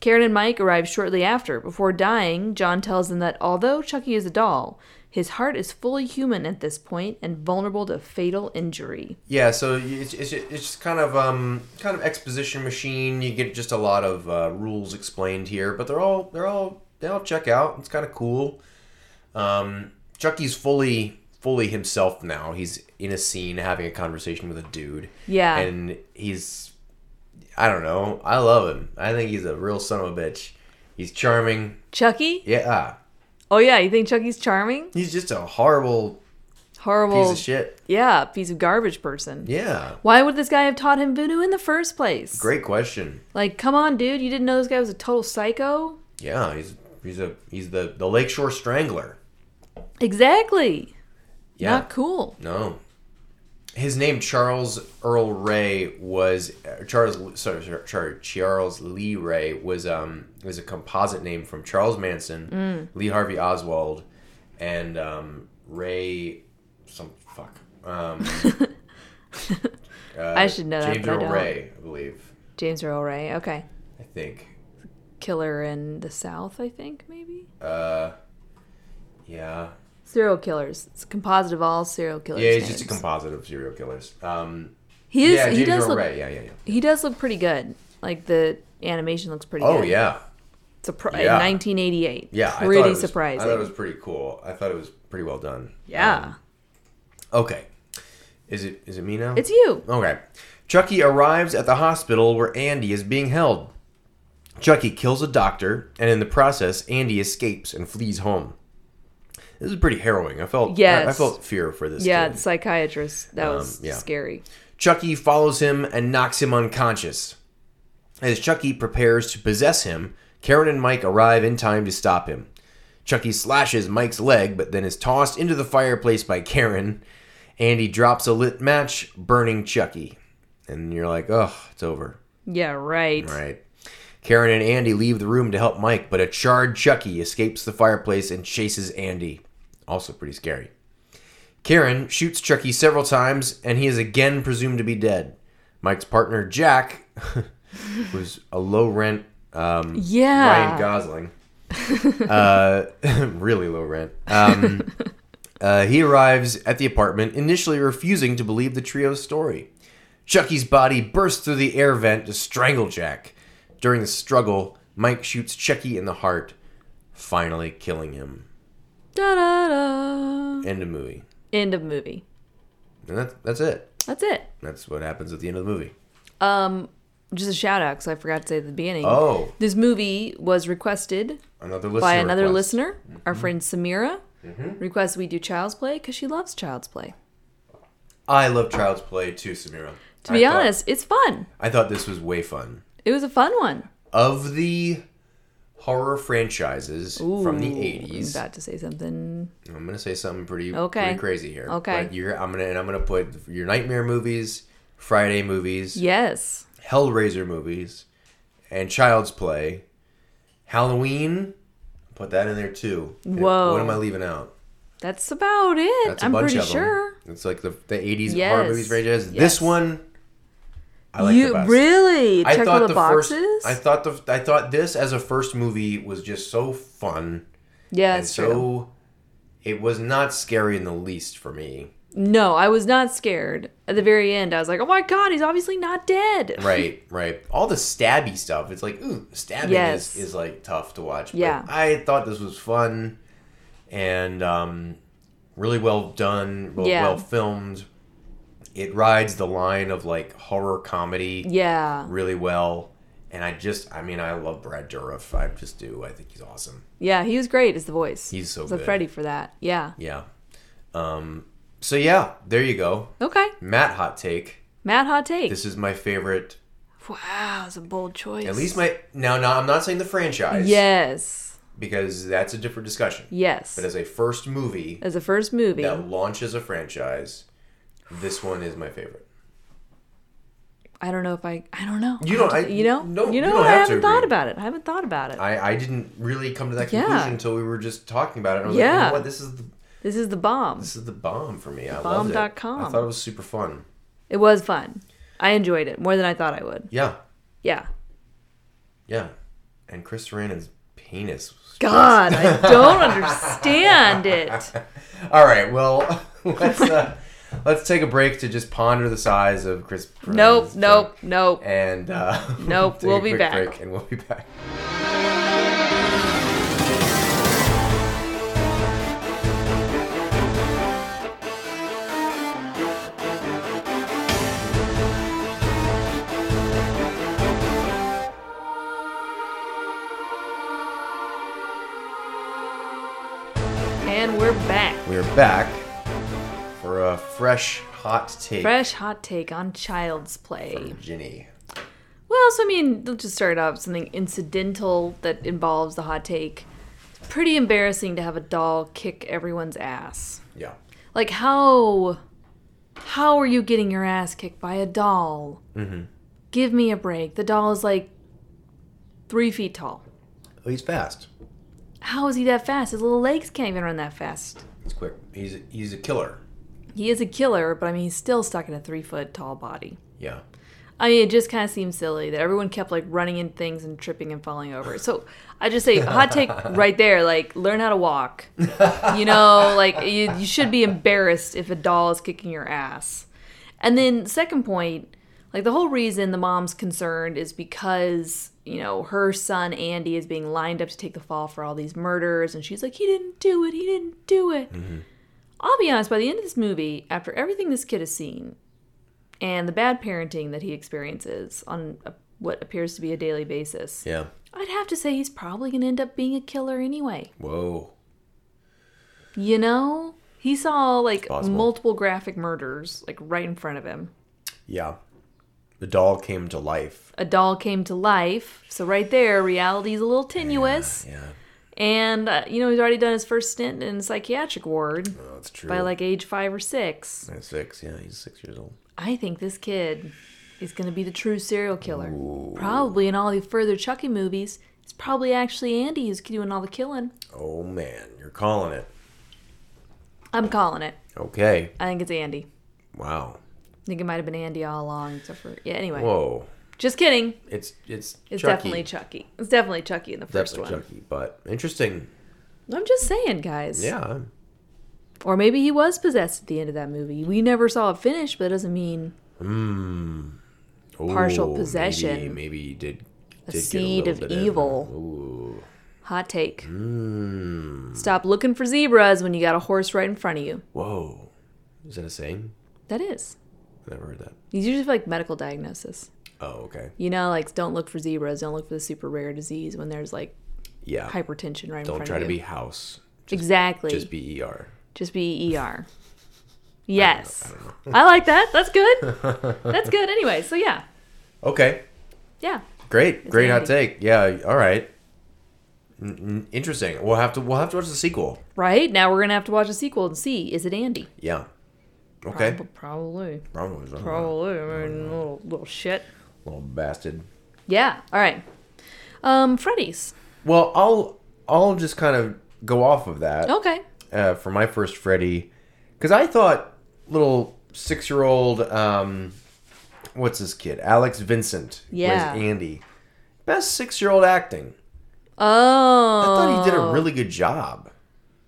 Speaker 5: Karen and Mike arrive shortly after. Before dying, John tells them that although Chucky is a doll, his heart is fully human at this point and vulnerable to fatal injury.
Speaker 6: Yeah, so you- it's, it's, it's just kind of um, kind of exposition machine. You get just a lot of uh, rules explained here, but they're all they're all they all check out. It's kind of cool. Um, Chucky's fully fully himself now. He's in a scene having a conversation with a dude.
Speaker 5: Yeah.
Speaker 6: and he's I don't know. I love him. I think he's a real son of a bitch. He's charming.
Speaker 5: Chucky?
Speaker 6: Yeah,
Speaker 5: Oh yeah, you think Chucky's charming?
Speaker 6: he's just a horrible
Speaker 5: Horrible.
Speaker 6: piece of shit.
Speaker 5: Yeah, piece of garbage person.
Speaker 6: Yeah,
Speaker 5: Why would this guy have taught him voodoo in the first place?
Speaker 6: great question.
Speaker 5: Like, come on, dude, you didn't know this guy was a total psycho?
Speaker 6: Yeah, he's he's a he's the the Lakeshore Strangler.
Speaker 5: Exactly.
Speaker 6: Yeah.
Speaker 5: Not cool.
Speaker 6: No. His name Charles Earl Ray was uh, Charles sorry, sorry, sorry Charles Lee Ray was um was a composite name from Charles Manson,
Speaker 5: Mm.
Speaker 6: Lee Harvey Oswald, and um, Ray some fuck um,
Speaker 5: I should know that.
Speaker 6: Uh, James
Speaker 5: but I
Speaker 6: Earl
Speaker 5: don't.
Speaker 6: Ray I believe
Speaker 5: James Earl Ray. Okay.
Speaker 6: I think
Speaker 5: Killer in the South, I think, maybe?
Speaker 6: uh yeah
Speaker 5: Serial killers. It's a composite of all serial killers.
Speaker 6: yeah he's just a
Speaker 5: names.
Speaker 6: composite of serial killers um
Speaker 5: He is,
Speaker 6: yeah
Speaker 5: he
Speaker 6: James
Speaker 5: does
Speaker 6: Earl
Speaker 5: look
Speaker 6: Ray yeah yeah yeah
Speaker 5: he does look pretty good. Like the animation looks pretty
Speaker 6: oh
Speaker 5: good.
Speaker 6: yeah
Speaker 5: It's a pro- in
Speaker 6: Yeah.
Speaker 5: 1988.
Speaker 6: Yeah, I thought
Speaker 5: pretty
Speaker 6: it was-
Speaker 5: surprising.
Speaker 6: I thought it was um, pretty cool. I thought it was pretty well done.
Speaker 5: yeah.
Speaker 6: Okay, is it is it me now?
Speaker 5: it's you.
Speaker 6: okay. Chucky arrives at the hospital where Andy is being held. Chucky kills a doctor, and in the process, Andy escapes and flees home. This is pretty harrowing. I felt yeah, I,
Speaker 5: Yes.
Speaker 6: felt fear for this.
Speaker 5: Yeah,
Speaker 6: kid.
Speaker 5: it's psychiatrist. That was
Speaker 6: Um, yeah.
Speaker 5: scary.
Speaker 6: Chucky follows him and knocks him unconscious. As Chucky prepares to possess him, Karen and Mike arrive in time to stop him. Chucky slashes Mike's leg, but then is tossed into the fireplace by Karen. Andy drops a lit match, burning Chucky. And you're like, oh, it's over.
Speaker 5: Yeah, right.
Speaker 6: Right. Karen and Andy leave the room to help Mike, but a charred Chucky escapes the fireplace and chases Andy. Also pretty scary. Karen shoots Chucky several times, and he is again presumed to be dead. Mike's partner, Jack, who's a low rent um, Ryan
Speaker 5: Yeah.
Speaker 6: Gosling. uh, really low rent. Um, uh, he arrives at the apartment, initially refusing to believe the trio's story. Chucky's body bursts through the air vent to strangle Jack. During the struggle, Mike shoots Chucky in the heart, finally killing him.
Speaker 5: Da da da.
Speaker 6: End of movie.
Speaker 5: End of movie.
Speaker 6: And that's, that's it.
Speaker 5: That's it. Um,
Speaker 6: That's what happens at the end of the movie.
Speaker 5: Just a shout out because I forgot to say at the beginning.
Speaker 6: Oh,
Speaker 5: This movie was requested
Speaker 6: another listener.
Speaker 5: by another
Speaker 6: request.
Speaker 5: listener,
Speaker 6: Mm-hmm.
Speaker 5: our friend Samira, requests we do Child's Play because she loves Child's Play.
Speaker 6: I love Child's Play too, Samira.
Speaker 5: To be honest, it's fun.
Speaker 6: I thought this was way fun.
Speaker 5: It was a fun one.
Speaker 6: of the horror franchises from the
Speaker 5: Ooh, I'm
Speaker 6: 80s
Speaker 5: about to say something.
Speaker 6: i'm gonna say something pretty
Speaker 5: Okay.
Speaker 6: pretty crazy here
Speaker 5: Okay.
Speaker 6: but you're i'm gonna and i'm gonna put your nightmare movies friday movies
Speaker 5: Yes.
Speaker 6: hellraiser movies and child's play halloween put that in there too And
Speaker 5: Whoa.
Speaker 6: what am i leaving out
Speaker 5: That's about it.
Speaker 6: that's a
Speaker 5: I'm
Speaker 6: bunch
Speaker 5: pretty
Speaker 6: of
Speaker 5: sure.
Speaker 6: them it's like the, the 80s horror
Speaker 5: Yes.
Speaker 6: movies franchise
Speaker 5: Yes.
Speaker 6: this one i like
Speaker 5: you
Speaker 6: the best.
Speaker 5: really
Speaker 6: I
Speaker 5: check
Speaker 6: thought
Speaker 5: all the,
Speaker 6: the
Speaker 5: boxes?
Speaker 6: first. I thought the. I thought this as a first movie was just so fun
Speaker 5: yeah,
Speaker 6: and
Speaker 5: it's true.
Speaker 6: so it was not scary in the least for me.
Speaker 5: No, I was not scared. At the very end, I was like, "Oh my god, he's obviously not dead."
Speaker 6: Right, right. All the stabby stuff. It's like ooh, stabbing
Speaker 5: Yes.
Speaker 6: is, is like tough to watch. But
Speaker 5: Yeah.
Speaker 6: I thought this was fun and um, really well done, well,
Speaker 5: Yeah.
Speaker 6: well filmed. It rides the line of like horror comedy
Speaker 5: Yeah,
Speaker 6: really well. And I just, I mean, I love Brad Dourif. I just do. I think he's awesome.
Speaker 5: yeah, he was great as the voice.
Speaker 6: He's so
Speaker 5: so
Speaker 6: good.
Speaker 5: Freddy for that. Yeah.
Speaker 6: Yeah. Um, so yeah, there you go.
Speaker 5: Okay.
Speaker 6: Matt hot take.
Speaker 5: Mad hot take.
Speaker 6: This is my favorite.
Speaker 5: wow, it's a bold choice.
Speaker 6: At least my now. Now I'm not saying the franchise.
Speaker 5: Yes.
Speaker 6: Because that's a different discussion.
Speaker 5: Yes.
Speaker 6: But as a first movie
Speaker 5: As a first movie.
Speaker 6: that launches a franchise, this one is my favorite.
Speaker 5: I don't know if I. I don't know.
Speaker 6: You don't-
Speaker 5: I have to-
Speaker 6: I-
Speaker 5: you know.
Speaker 6: no,
Speaker 5: you
Speaker 6: you
Speaker 5: know.
Speaker 6: don't
Speaker 5: what? I
Speaker 6: have to
Speaker 5: haven't thought
Speaker 6: agree.
Speaker 5: about it. I haven't thought about it.
Speaker 6: I I didn't really come to that
Speaker 5: Yeah.
Speaker 6: conclusion until we were just talking about it. And I was like, you
Speaker 5: Yeah.
Speaker 6: know what? This is the
Speaker 5: this is the bomb.
Speaker 6: this is the bomb for me. I loved it.
Speaker 5: bomb.com.
Speaker 6: I thought it was super fun.
Speaker 5: It was fun. I enjoyed it more than I thought I would.
Speaker 6: Yeah,
Speaker 5: Yeah.
Speaker 6: yeah. And Chris Sarandon's penis. was-
Speaker 5: God, I don't understand it.
Speaker 6: All right. Well, let's uh, let's take a break to just ponder the size of Chris.
Speaker 5: Nope,
Speaker 6: Sarandon's
Speaker 5: nope, nope.
Speaker 6: And uh,
Speaker 5: Nope,
Speaker 6: take a
Speaker 5: we'll be
Speaker 6: quick
Speaker 5: back.
Speaker 6: break and we'll be back.
Speaker 5: And we're back.
Speaker 6: We're back for a fresh hot take
Speaker 5: Fresh hot take on child's play.
Speaker 6: from Ginny.
Speaker 5: Well, so I mean, let's just start off with something incidental that involves the hot take. It's pretty embarrassing to have a doll kick everyone's ass.
Speaker 6: Yeah.
Speaker 5: Like how how are you getting your ass kicked by a doll? Mm-hmm. Give me a break. The doll is like three feet tall.
Speaker 6: Oh, he's fast.
Speaker 5: How is he that fast? His little legs can't even run that fast.
Speaker 6: He's quick. He's he's a killer.
Speaker 5: He is a killer, but I mean, he's still stuck in a three foot tall body.
Speaker 6: Yeah.
Speaker 5: I mean, it just kind of seems silly that everyone kept like running in things and tripping and falling over. So I just say, hot take right there. Like, learn how to walk. You know, like you, you should be embarrassed if a doll is kicking your ass. And then second point, like the whole reason the mom's concerned is because you know her son Andy is being lined up to take the fall for all these murders, and she's like, he didn't do it. He didn't do it. I'll be honest. By the end of this movie, after everything this kid has seen, and the bad parenting that he experiences on a, what appears to be a daily basis,
Speaker 6: Yeah.
Speaker 5: I'd have to say he's probably going to end up being a killer anyway.
Speaker 6: Whoa.
Speaker 5: You know? He saw like
Speaker 6: possible.
Speaker 5: multiple graphic murders like right in front of him.
Speaker 6: Yeah. The doll came to life.
Speaker 5: A doll came to life, so right there, reality's a little tenuous.
Speaker 6: Yeah.
Speaker 5: And, uh, you know, he's already done his first stint in psychiatric ward
Speaker 6: Oh, that's true.
Speaker 5: by like age five or six.
Speaker 6: At six, yeah, he's six years old.
Speaker 5: I think this kid is going to be the true serial killer. Probably in all the further Chucky movies, it's probably actually Andy who's doing all the killing.
Speaker 6: Oh man, you're calling it.
Speaker 5: I'm calling it.
Speaker 6: Okay.
Speaker 5: I think it's Andy.
Speaker 6: Wow.
Speaker 5: I think it might have been Andy all along, except for yeah. Anyway,
Speaker 6: Whoa.
Speaker 5: just kidding.
Speaker 6: It's it's
Speaker 5: It's
Speaker 6: Chucky.
Speaker 5: definitely Chucky. It's definitely Chucky in the first
Speaker 6: Definitely
Speaker 5: one.
Speaker 6: Chucky, but interesting.
Speaker 5: I'm just saying, guys.
Speaker 6: Yeah.
Speaker 5: Or maybe he was possessed at the end of that movie. We never saw it finish, but it doesn't mean
Speaker 6: Ooh,
Speaker 5: Partial
Speaker 6: maybe- Maybe,
Speaker 5: possession.
Speaker 6: he did. did get
Speaker 5: seed
Speaker 6: little
Speaker 5: of
Speaker 6: bit in.
Speaker 5: evil.
Speaker 6: Ooh. Hmm.
Speaker 5: hot take.
Speaker 6: Mm.
Speaker 5: Stop looking for zebras when you got a horse right in front of you.
Speaker 6: Whoa. Is that a saying?
Speaker 5: That is.
Speaker 6: I never heard that.
Speaker 5: These usually for like medical diagnosis.
Speaker 6: Oh, okay.
Speaker 5: You know, like don't look for zebras, don't look for the super rare disease when there's like
Speaker 6: Yeah.
Speaker 5: hypertension right in
Speaker 6: Don't
Speaker 5: front
Speaker 6: try
Speaker 5: of
Speaker 6: to be
Speaker 5: you.
Speaker 6: house.
Speaker 5: exactly.
Speaker 6: Just be ER.
Speaker 5: Just be ER. Yes. I, like that. That's good. That's good. Anyway, so yeah.
Speaker 6: Okay.
Speaker 5: Yeah.
Speaker 6: Great. Great hot
Speaker 5: Andy.
Speaker 6: take. Yeah. All right. N- n- Interesting. We'll have to we'll have to watch the sequel.
Speaker 5: Right? Now we're going to have to watch a sequel and see is it Andy?
Speaker 6: Yeah. Okay. Mm.
Speaker 5: Prob- Probably.
Speaker 6: Probably. Probably.
Speaker 5: Probably. I mean, little, little shit.
Speaker 6: Little bastard.
Speaker 5: Yeah. All right. Um, Freddy's.
Speaker 6: Well, I'll I'll just kind of go off of that
Speaker 5: Okay.
Speaker 6: uh, for my first Freddy, because I thought little six year old um, what's this kid Alex Vincent who plays
Speaker 5: Yeah.
Speaker 6: Andy, best six year old acting.
Speaker 5: Oh.
Speaker 6: I thought he did a really good job.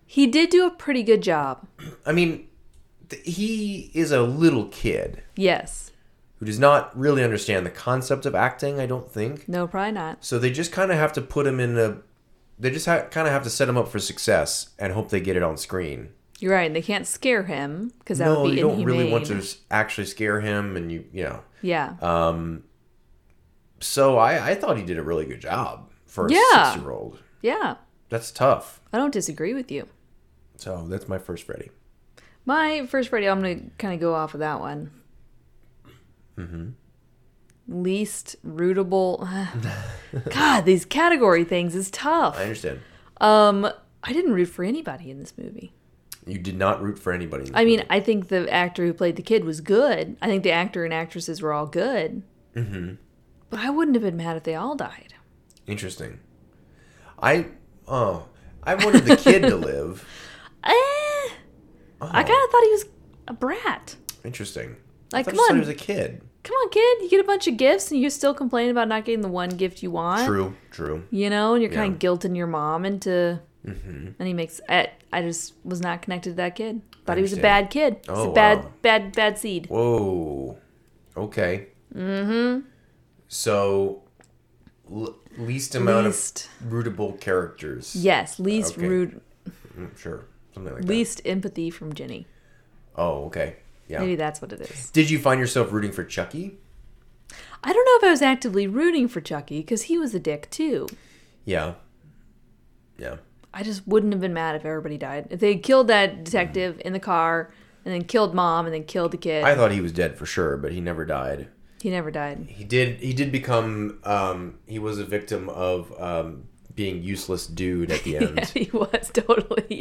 Speaker 5: He did do a pretty good job.
Speaker 6: I mean, th- he is a little kid
Speaker 5: Yes.
Speaker 6: who does not really understand the concept of acting. I don't think.
Speaker 5: No, probably not.
Speaker 6: So they just kind of have to put him in a. They just ha- kind of have to set him up for success and hope they get it on screen.
Speaker 5: You're right. They can't scare him because that
Speaker 6: no,
Speaker 5: would be
Speaker 6: you don't
Speaker 5: inhumane.
Speaker 6: really want to s- actually scare him, and you you know.
Speaker 5: Yeah.
Speaker 6: So I I thought he did a really good job for a
Speaker 5: Yeah.
Speaker 6: six year old.
Speaker 5: yeah.
Speaker 6: That's tough.
Speaker 5: I don't disagree with you.
Speaker 6: So that's my first Freddy.
Speaker 5: My first Freddy, I'm going to kind of go off of that one. Mm-hmm. Least rootable. God, these category things is tough.
Speaker 6: I understand.
Speaker 5: Um, I didn't root for anybody in this movie.
Speaker 6: You did not root for anybody. in this
Speaker 5: I mean,
Speaker 6: movie.
Speaker 5: I think the actor who played the kid was good. I think the actor and actresses were all good. Mm-hmm. But I wouldn't have been mad if they all died.
Speaker 6: interesting. I oh I wanted the kid to live.
Speaker 5: Eh, I kind of thought he was a brat.
Speaker 6: Interesting. I
Speaker 5: Like,
Speaker 6: thought
Speaker 5: come
Speaker 6: you said
Speaker 5: on,
Speaker 6: he was a kid.
Speaker 5: come on, kid. You get a bunch of gifts, and you still complain about not getting the one gift you want.
Speaker 6: True. True.
Speaker 5: You know, and you're
Speaker 6: Yeah. Mm-hmm.
Speaker 5: kind of guilting your mom into. And he makes. I, I just was not connected to that kid. Thought he was a
Speaker 6: understand.
Speaker 5: bad kid. He's
Speaker 6: Oh,
Speaker 5: a bad,
Speaker 6: wow.
Speaker 5: bad, bad seed.
Speaker 6: Whoa. Okay. Mm-hmm. So, l- least amount
Speaker 5: Least.
Speaker 6: of rootable characters.
Speaker 5: Yes, least
Speaker 6: Okay.
Speaker 5: rude,
Speaker 6: Mm, Sure. Something like
Speaker 5: least empathy from Jenny.
Speaker 6: that. Oh, okay. Yeah.
Speaker 5: Maybe that's what it is.
Speaker 6: Did you find yourself rooting for Chucky?
Speaker 5: I don't know if I was actively rooting for Chucky because he was a dick too.
Speaker 6: Yeah. Yeah.
Speaker 5: I just wouldn't have been mad if everybody died. If they had killed that detective in the car and then killed mom and then killed the kid,
Speaker 6: I thought he was dead for sure, but he never died.
Speaker 5: he never died.
Speaker 6: He did. He did become. Um, he was a victim of um, being useless dude at the end.
Speaker 5: he was totally.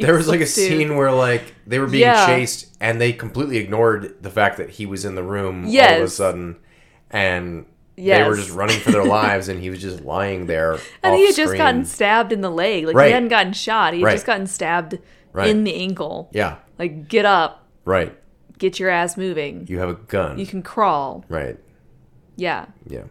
Speaker 6: There was like a
Speaker 5: useless, dude.
Speaker 6: scene where like they were being
Speaker 5: Yeah.
Speaker 6: chased and they completely ignored the fact that he was in the room all of a
Speaker 5: Yes.
Speaker 6: sudden and they were
Speaker 5: Yes.
Speaker 6: just running for their lives and he was just lying there.
Speaker 5: And
Speaker 6: off
Speaker 5: he had just
Speaker 6: screen.
Speaker 5: gotten stabbed in the leg. Like
Speaker 6: Right.
Speaker 5: he hadn't gotten shot. He had
Speaker 6: Right.
Speaker 5: just gotten stabbed
Speaker 6: Right.
Speaker 5: in the ankle.
Speaker 6: Yeah.
Speaker 5: Like get up,
Speaker 6: Right.
Speaker 5: get your ass moving.
Speaker 6: You have a gun.
Speaker 5: You can crawl.
Speaker 6: right.
Speaker 5: Yeah,
Speaker 6: Yeah.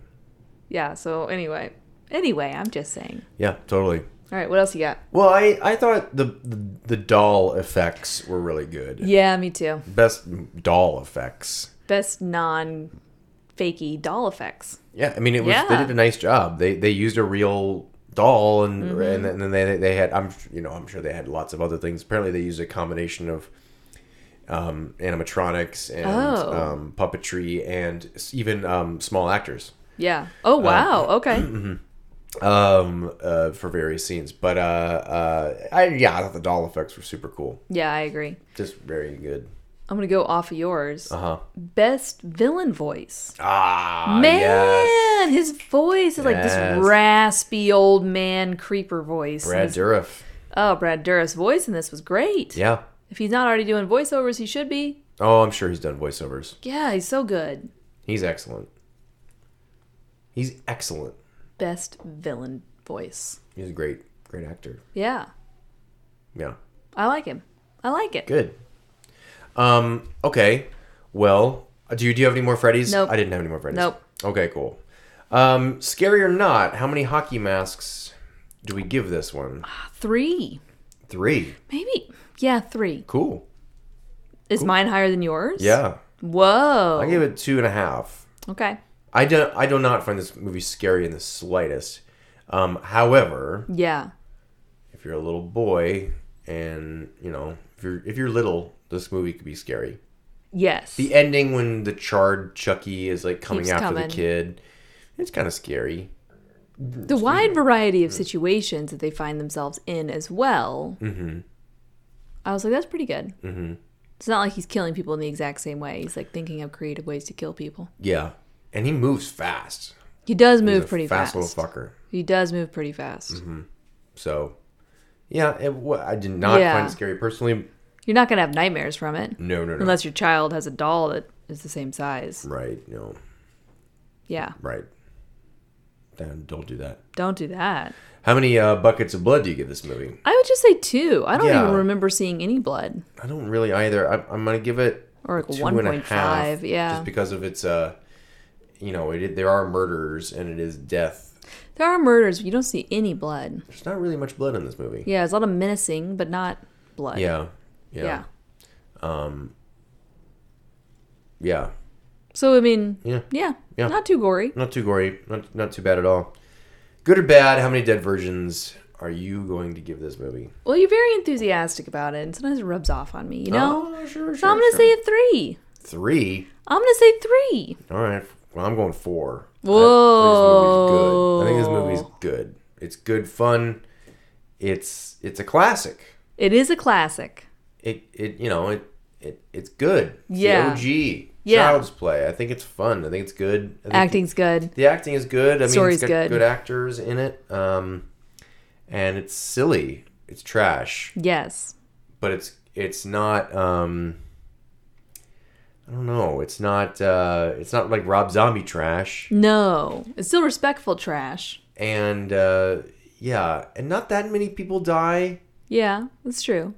Speaker 5: yeah. So anyway, anyway, I'm just saying.
Speaker 6: Yeah, totally.
Speaker 5: All right, what else you got?
Speaker 6: Well, I, I thought the, the the doll effects were really good.
Speaker 5: Yeah, me too.
Speaker 6: Best doll effects.
Speaker 5: Best non fakey doll effects.
Speaker 6: Yeah, I mean it was they
Speaker 5: Yeah.
Speaker 6: did a nice job. They they used a real doll and
Speaker 5: Mm-hmm.
Speaker 6: and then- and then they they had I'm you know I'm sure they had lots of other things. Apparently they used a combination of um, animatronics and
Speaker 5: Oh.
Speaker 6: um, puppetry and s- even um, small actors
Speaker 5: Yeah.
Speaker 6: Uh,
Speaker 5: Oh wow. okay.
Speaker 6: um, uh, for various scenes. But uh, uh, I yeah I thought the doll effects were super cool.
Speaker 5: Yeah, I agree.
Speaker 6: Just very good.
Speaker 5: I'm gonna go off of yours.
Speaker 6: Uh huh.
Speaker 5: Best villain voice.
Speaker 6: Ah,
Speaker 5: man,
Speaker 6: yes.
Speaker 5: his voice is like
Speaker 6: Yes.
Speaker 5: this raspy old man creeper voice.
Speaker 6: Brad
Speaker 5: His-
Speaker 6: Dourif.
Speaker 5: oh, Brad Dourif's voice in this was great.
Speaker 6: Yeah.
Speaker 5: If he's not already doing voiceovers, he should be.
Speaker 6: Oh, I'm sure he's done voiceovers.
Speaker 5: Yeah, he's so good.
Speaker 6: He's excellent. He's excellent.
Speaker 5: Best villain voice.
Speaker 6: He's a great, great actor.
Speaker 5: Yeah,
Speaker 6: Yeah.
Speaker 5: I like him. I like it.
Speaker 6: Good. Um. Okay. Well, do you do you have any more Freddy's?
Speaker 5: Nope.
Speaker 6: I didn't have any more Freddy's.
Speaker 5: Nope.
Speaker 6: Okay. Cool. Um. Scary or not? How many hockey masks do we give this one?
Speaker 5: Three,
Speaker 6: Three.
Speaker 5: maybe. Yeah, three.
Speaker 6: Cool.
Speaker 5: Is mine higher than yours?
Speaker 6: Yeah.
Speaker 5: Whoa.
Speaker 6: I give it two and a half.
Speaker 5: okay.
Speaker 6: I do. I do not find this movie scary in the slightest. Um. However,
Speaker 5: Yeah.
Speaker 6: if you're a little boy and you know if you're if you're little, this movie could be scary.
Speaker 5: Yes.
Speaker 6: The ending when the charred Chucky is like coming
Speaker 5: Keeps
Speaker 6: after
Speaker 5: coming.
Speaker 6: the kid, it's kind of scary.
Speaker 5: the wide variety
Speaker 6: Mm.
Speaker 5: of situations that they find themselves in as well. Mm-hmm. I was like, that's pretty good. Mm-hmm. It's not like he's killing people in the exact same way. He's like thinking of creative ways to kill people.
Speaker 6: Yeah, and he moves fast.
Speaker 5: He does
Speaker 6: He's
Speaker 5: move
Speaker 6: a Mm-hmm.
Speaker 5: pretty fast.
Speaker 6: little fucker.
Speaker 5: He does move pretty fast.
Speaker 6: So, yeah, it, wa- I did not
Speaker 5: Yeah.
Speaker 6: find it scary personally.
Speaker 5: You're not gonna have nightmares from it
Speaker 6: No, no, no.
Speaker 5: unless your child has a doll that is the same size.
Speaker 6: right, no,
Speaker 5: Yeah,
Speaker 6: right. Then don't do that.
Speaker 5: don't do that.
Speaker 6: How many uh, buckets of blood do you give this movie?
Speaker 5: I would just say two. I don't
Speaker 6: Yeah.
Speaker 5: even remember seeing any blood.
Speaker 6: I don't really either. I, I'm gonna give it
Speaker 5: Or like
Speaker 6: two
Speaker 5: one
Speaker 6: and a
Speaker 5: point
Speaker 6: half,
Speaker 5: five, yeah.
Speaker 6: just because of its uh, you know, it, there are murderers and it is death.
Speaker 5: There are murders, but you don't see any blood.
Speaker 6: There's not really much blood in this movie.
Speaker 5: Yeah, there's a lot of menacing, but not blood.
Speaker 6: Yeah. Yeah.
Speaker 5: yeah.
Speaker 6: Yeah.
Speaker 5: So I mean,
Speaker 6: Yeah.
Speaker 5: yeah,
Speaker 6: Yeah.
Speaker 5: not too gory.
Speaker 6: Not too gory. Not not too bad at all. Good or bad, how many dead virgins are you going to give this movie?
Speaker 5: Well, you're very enthusiastic about it, and sometimes it rubs off on me, you know?
Speaker 6: Oh, sure,
Speaker 5: so I'm going to say a three.
Speaker 6: three.
Speaker 5: I'm going to say three.
Speaker 6: All right. Well, I'm going four. I-
Speaker 5: Whoa.
Speaker 6: I think this movie's good. I think this movie's good. It's good fun. It's it's a classic.
Speaker 5: It is a classic.
Speaker 6: It it you know, it it it's good. It's
Speaker 5: Yeah.
Speaker 6: The OG.
Speaker 5: Yeah.
Speaker 6: Child's play. I think it's fun. I think it's good. I think
Speaker 5: Acting's good.
Speaker 6: the acting is good. I mean,
Speaker 5: Story's
Speaker 6: it's got
Speaker 5: good.
Speaker 6: good actors in it. Um, and it's silly. It's trash,
Speaker 5: Yes.
Speaker 6: but it's it's not. Um, I don't know. It's not. Uh, it's not like Rob Zombie trash.
Speaker 5: No. It's still respectful trash.
Speaker 6: And uh, yeah, and not that many people die.
Speaker 5: Yeah, that's true.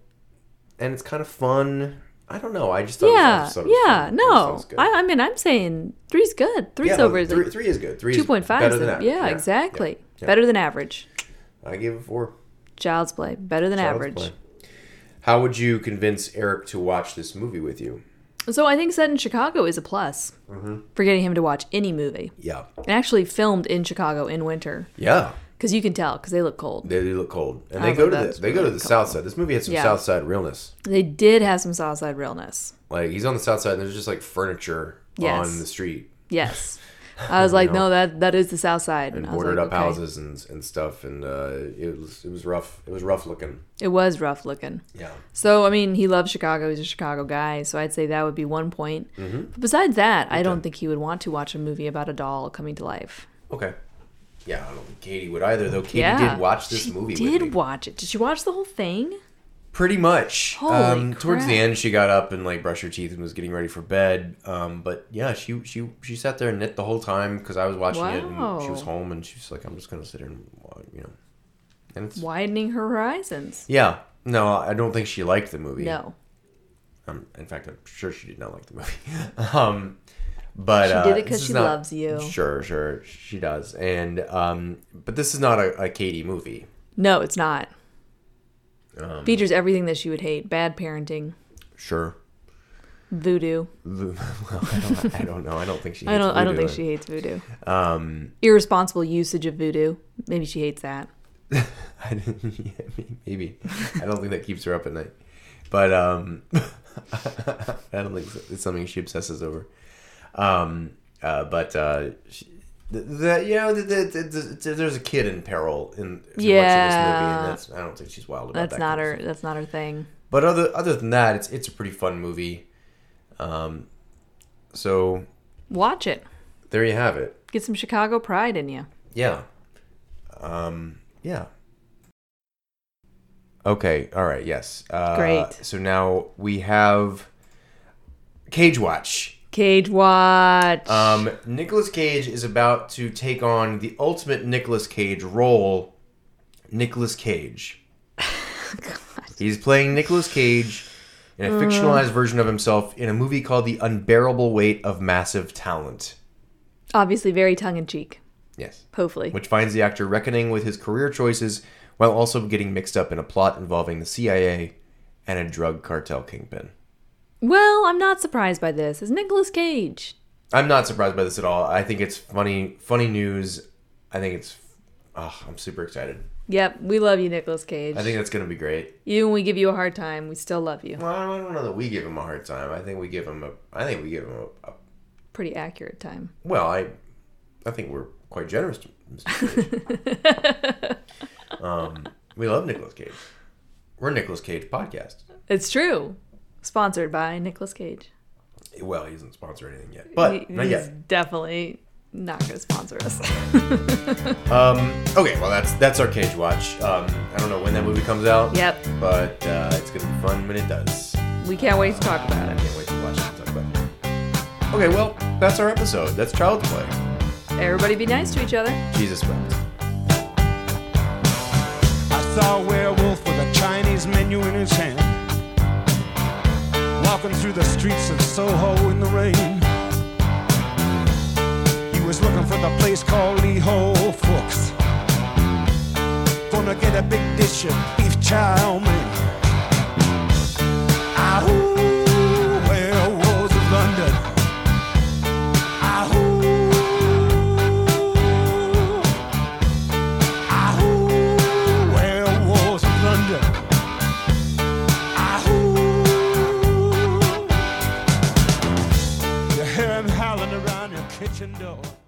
Speaker 6: And it's kind of fun. I don't know. I just thought. it was- I
Speaker 5: yeah.
Speaker 6: just thought it was
Speaker 5: yeah.
Speaker 6: fun. I just thought it
Speaker 5: No.
Speaker 6: was good.
Speaker 5: I, I mean, I'm saying three's good. Three's
Speaker 6: Yeah, oh,
Speaker 5: over.
Speaker 6: three, three is good. Three is
Speaker 5: 2.5.
Speaker 6: better
Speaker 5: is
Speaker 6: than
Speaker 5: a-
Speaker 6: average.
Speaker 5: yeah, exactly.
Speaker 6: yeah.
Speaker 5: Better than average.
Speaker 6: I gave it four.
Speaker 5: Child's play. Better than average.
Speaker 6: Child's Play. How would you convince Eric to watch this movie with you?
Speaker 5: So I think set in Chicago is a plus
Speaker 6: Mm-hmm.
Speaker 5: for getting him to watch any movie.
Speaker 6: Yeah.
Speaker 5: and actually filmed in Chicago in winter
Speaker 6: Yeah.
Speaker 5: because you can tell because they look cold.
Speaker 6: They, they look cold. And
Speaker 5: I
Speaker 6: they
Speaker 5: was
Speaker 6: go
Speaker 5: like,
Speaker 6: to the
Speaker 5: "That's
Speaker 6: they go to
Speaker 5: really
Speaker 6: the south side. This movie has some
Speaker 5: Yeah.
Speaker 6: south side realness.
Speaker 5: They did have some south side realness.
Speaker 6: Like he's on the south side and there's just like furniture
Speaker 5: Yes.
Speaker 6: on the street
Speaker 5: Yes, I was like, no, that that is the south side.
Speaker 6: and
Speaker 5: I was
Speaker 6: boarded
Speaker 5: like,
Speaker 6: up
Speaker 5: okay.
Speaker 6: houses and and stuff and uh, it was it was rough. It was rough looking.
Speaker 5: It was rough looking.
Speaker 6: Yeah.
Speaker 5: So I mean, he loves Chicago. He's a Chicago guy, so I'd say that would be one point.
Speaker 6: Mm-hmm.
Speaker 5: But besides that, I don't think he would want to watch a movie about a doll coming to life.
Speaker 6: Okay. Yeah, I don't think Katie would either though. Katie
Speaker 5: yeah,
Speaker 6: did watch this
Speaker 5: she
Speaker 6: movie
Speaker 5: Did
Speaker 6: with me.
Speaker 5: watch it? Did she watch the whole thing?
Speaker 6: Pretty much.
Speaker 5: Holy
Speaker 6: um, Towards the
Speaker 5: crap.
Speaker 6: end, she got up and like brushed her teeth and was getting ready for bed. Um, but yeah, she she she sat there and knit the whole time because I was watching it and she was
Speaker 5: Wow.
Speaker 6: home and she's like, I'm just gonna sit here and wa- you know. And it's
Speaker 5: Widening her horizons.
Speaker 6: yeah. No, I don't think she liked the movie.
Speaker 5: No,
Speaker 6: Um, in fact, I'm sure she did not like the movie. um, but
Speaker 5: She
Speaker 6: uh,
Speaker 5: did it 'cause
Speaker 6: this is
Speaker 5: she loves you.
Speaker 6: Sure, sure, she does. And um, but this is not a, a Katie movie.
Speaker 5: no, it's not.
Speaker 6: Um,
Speaker 5: Features everything that she would hate: bad parenting,
Speaker 6: Sure.
Speaker 5: voodoo.
Speaker 6: well, I don't, I don't know. I don't think she.
Speaker 5: I
Speaker 6: hates
Speaker 5: don't. I don't
Speaker 6: voodoo.
Speaker 5: think she hates voodoo. Um, irresponsible usage of voodoo. Maybe she hates that.
Speaker 6: I didn't- yeah, may- maybe. I don't think that keeps her up at night. But um, I don't think so- it's something she obsesses over. Um, uh, but uh, she, th that you know, th th th th- there's a kid in peril in if you're
Speaker 5: Yeah.
Speaker 6: watching this movie, and that's I don't think she's wild about
Speaker 5: That's
Speaker 6: that.
Speaker 5: not
Speaker 6: kind of
Speaker 5: her.
Speaker 6: stuff.
Speaker 5: That's not her thing.
Speaker 6: But other other than that, it's it's a pretty fun movie. Um, So
Speaker 5: Watch it.
Speaker 6: there you have it.
Speaker 5: Get some Chicago pride in you.
Speaker 6: Yeah. Um, yeah. Okay. All right. Yes. Uh,
Speaker 5: Great.
Speaker 6: So now we have Cage Watch.
Speaker 5: Cage watch.
Speaker 6: Um, Nicolas Cage is about to take on the ultimate Nicolas Cage role. Nicolas Cage. He's playing Nicolas Cage in a fictionalized version of himself in a movie called The Unbearable Weight of Massive Talent.
Speaker 5: Obviously, very tongue in cheek.
Speaker 6: Yes.
Speaker 5: Hopefully.
Speaker 6: which finds the actor reckoning with his career choices while also getting mixed up in a plot involving the CIA and a drug cartel kingpin.
Speaker 5: Well, I'm not surprised by this. It's Nicolas Cage.
Speaker 6: I'm not surprised by this at all. I think it's funny, funny news. I think it's, oh, I'm super excited.
Speaker 5: Yep, we love you, Nicolas Cage.
Speaker 6: I think that's gonna be great.
Speaker 5: Even when we give you a hard time, we still love you.
Speaker 6: Well, I don't- I don't know that we give him a hard time. I think we give him a. I think we give him a. a
Speaker 5: Pretty accurate time.
Speaker 6: well, I, I think we're quite generous to Mr. Cage. um, we love Nicolas Cage. We're a Nicolas Cage podcast.
Speaker 5: It's true. Sponsored by Nicolas Cage.
Speaker 6: Well, he doesn't sponsor anything yet, but
Speaker 5: He-
Speaker 6: not
Speaker 5: he's
Speaker 6: yet.
Speaker 5: definitely not going to sponsor us.
Speaker 6: Um, okay, well that's that's our Cage Watch. Um, I don't know when that movie comes out.
Speaker 5: Yep.
Speaker 6: But uh, it's gonna be fun when it does.
Speaker 5: we can't wait to talk about
Speaker 6: I
Speaker 5: it.
Speaker 6: can't wait to watch it. and Talk about it. Okay, well that's our episode. That's Child's Play.
Speaker 5: Everybody be nice to each other.
Speaker 6: Jesus wept.
Speaker 4: I saw a werewolf with a Chinese menu in his hand. Walking through the streets of Soho in the rain. He was looking for the place called Lee Ho Fooks. Gonna get a big dish of beef chow mein. Ah, ooh, werewolves of London. Ah, ooh, Ahoo, werewolves of London. Ahoo. You hear 'em howling around your kitchen door.